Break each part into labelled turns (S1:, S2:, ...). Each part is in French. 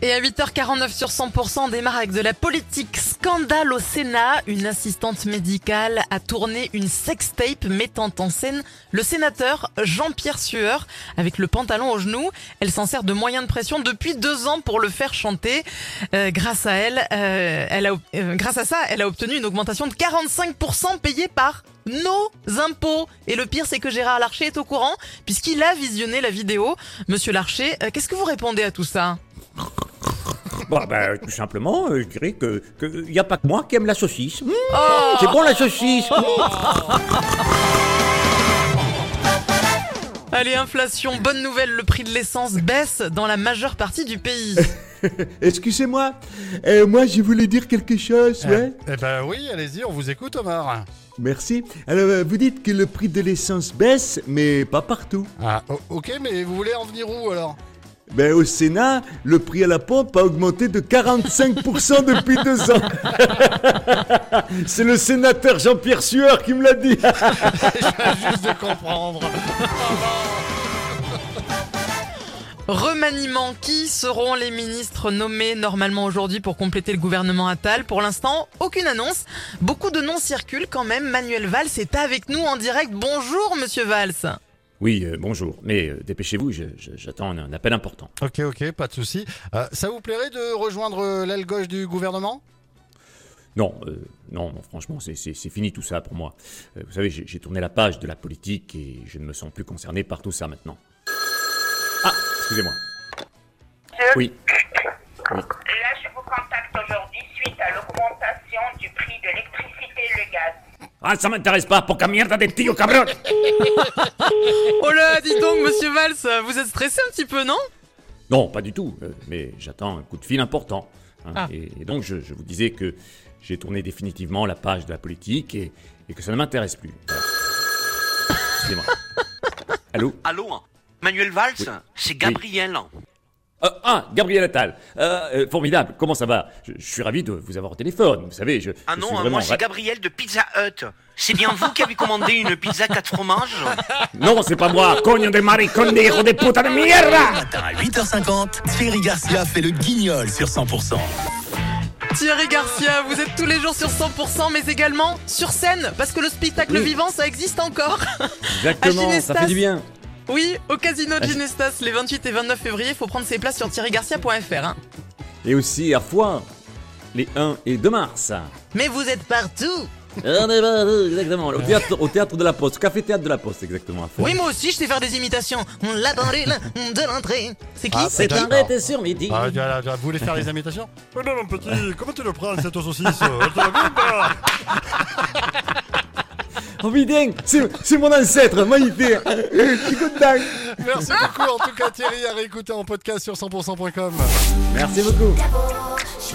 S1: Et à 8h49 sur 100%, on démarre avec de la politique. Scandale au Sénat. Une assistante médicale a tourné une sextape mettant en scène le sénateur Jean-Pierre Sueur avec le pantalon au genou. Elle s'en sert de moyen de pression depuis deux ans pour le faire chanter. Euh, grâce à elle, euh, elle a, ob- euh, grâce à ça, elle a obtenu une augmentation de 45% payée par nos impôts. Et le pire, c'est que Gérard Larcher est au courant puisqu'il a visionné la vidéo. Monsieur Larcher, euh, qu'est-ce que vous répondez à tout ça?
S2: Bah, bah, tout simplement, euh, je dirais que qu'il n'y a pas que moi qui aime la saucisse. Mmh,
S1: Oh Mmh.
S2: c'est bon la saucisse.
S1: Allez, inflation, bonne nouvelle, le prix de l'essence baisse dans la majeure partie du pays.
S3: Excusez-moi, euh, moi je voulais dire quelque chose,
S2: Ah.
S3: ouais.
S4: Eh ben oui, allez-y, on vous écoute, Omar.
S3: Merci. Alors, euh, vous dites que le prix de l'essence baisse, mais pas partout.
S4: Ah, o- ok, mais vous voulez en venir où alors
S3: Ben, au Sénat, le prix à la pompe a augmenté de 45% depuis deux ans. C'est le sénateur Jean-Pierre Sueur qui me l'a dit.
S4: Juste de comprendre.
S1: Remaniement, qui seront les ministres nommés normalement aujourd'hui pour compléter le gouvernement Attal Pour l'instant, aucune annonce. Beaucoup de noms circulent quand même. Manuel Valls est avec nous en direct. Bonjour, monsieur Valls.
S2: Oui, euh, bonjour. Mais euh, dépêchez-vous, je- je- j'attends un, un appel important.
S4: Ok, ok, pas de souci. Euh, ça vous plairait de rejoindre euh, l'aile gauche du gouvernement
S2: Non, euh, non, non, franchement, c'est- c'est c'est fini tout ça pour moi. Euh, vous savez, j'ai j'ai tourné la page de la politique et je ne me sens plus concerné par tout ça maintenant. Ah, excusez-moi. Oui,
S5: Là, je vous contacte aujourd'hui suite à l'augmentation du prix de l'électricité et le gaz.
S2: Ah, ça m'intéresse pas, poca mierda de tío cabrón
S1: Oh là, dis donc, monsieur Valls, vous êtes stressé un petit peu, non
S2: Non, pas du tout, euh, mais j'attends un coup de fil important. hein.
S1: Ah.
S2: Et, et donc, je, je vous disais que j'ai tourné définitivement la page de la politique et, et que ça ne m'intéresse plus. Voilà. Excusez-moi. Allô
S6: Allô hein. Manuel Valls
S2: Oui.
S6: C'est Gabriel.
S2: Euh, Ah, Gabriel Attal Euh, euh, Formidable, comment ça va je, je suis ravi de vous avoir au téléphone, vous savez, je,
S6: Ah
S2: je
S6: non,
S2: suis
S6: hein,
S2: vraiment...
S6: moi c'est
S2: ra-
S6: Gabriel de Pizza Hut. C'est bien vous qui avez commandé une pizza 4 fromages
S2: Non, c'est pas moi Cogne de maricón de hijo de puta de mierda
S7: À 8h50, Thierry Garcia fait le guignol sur 100%.
S1: Thierry Garcia, vous êtes tous les jours sur 100%, mais également sur scène, parce que le spectacle
S2: Oui.
S1: vivant, ça existe encore.
S2: Exactement, ça
S1: Aginestas.
S2: fait du bien
S1: Oui, au casino de
S2: Ah, je-
S1: Genestas, les 28 et 29 février, faut prendre ses places sur thierrygarcia.fr. hein.
S2: Et aussi, à fois, les 1 et 2 mars
S1: Mais vous êtes partout
S2: On est parti, exactement. Au théâtre, au théâtre de la Poste, café théâtre de la Poste, exactement. à fond.
S1: Oui, moi aussi, je sais faire des imitations. On l'a dans les lins de l'entrée. C'est qui
S4: Ah,
S1: C'est
S4: peut-être.
S1: un...
S2: vrai, t'es sûr, mais dis.
S4: Ah, voilà, Vous voulez faire les imitations Oh non, mon petit, comment tu le prends cette saucisse
S2: Oh, biding
S3: C'est c'est mon ancêtre, magnifique. Je suis content.
S4: Merci beaucoup, en tout cas, Thierry, à réécouter en podcast sur 100%.com.
S3: Merci beaucoup.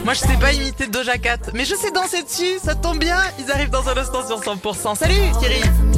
S1: Moi, je sais pas imiter Doja Cat, mais je sais danser dessus, ça tombe bien. Ils arrivent dans un instant sur 100%. Salut, Thierry
S8: Thierry.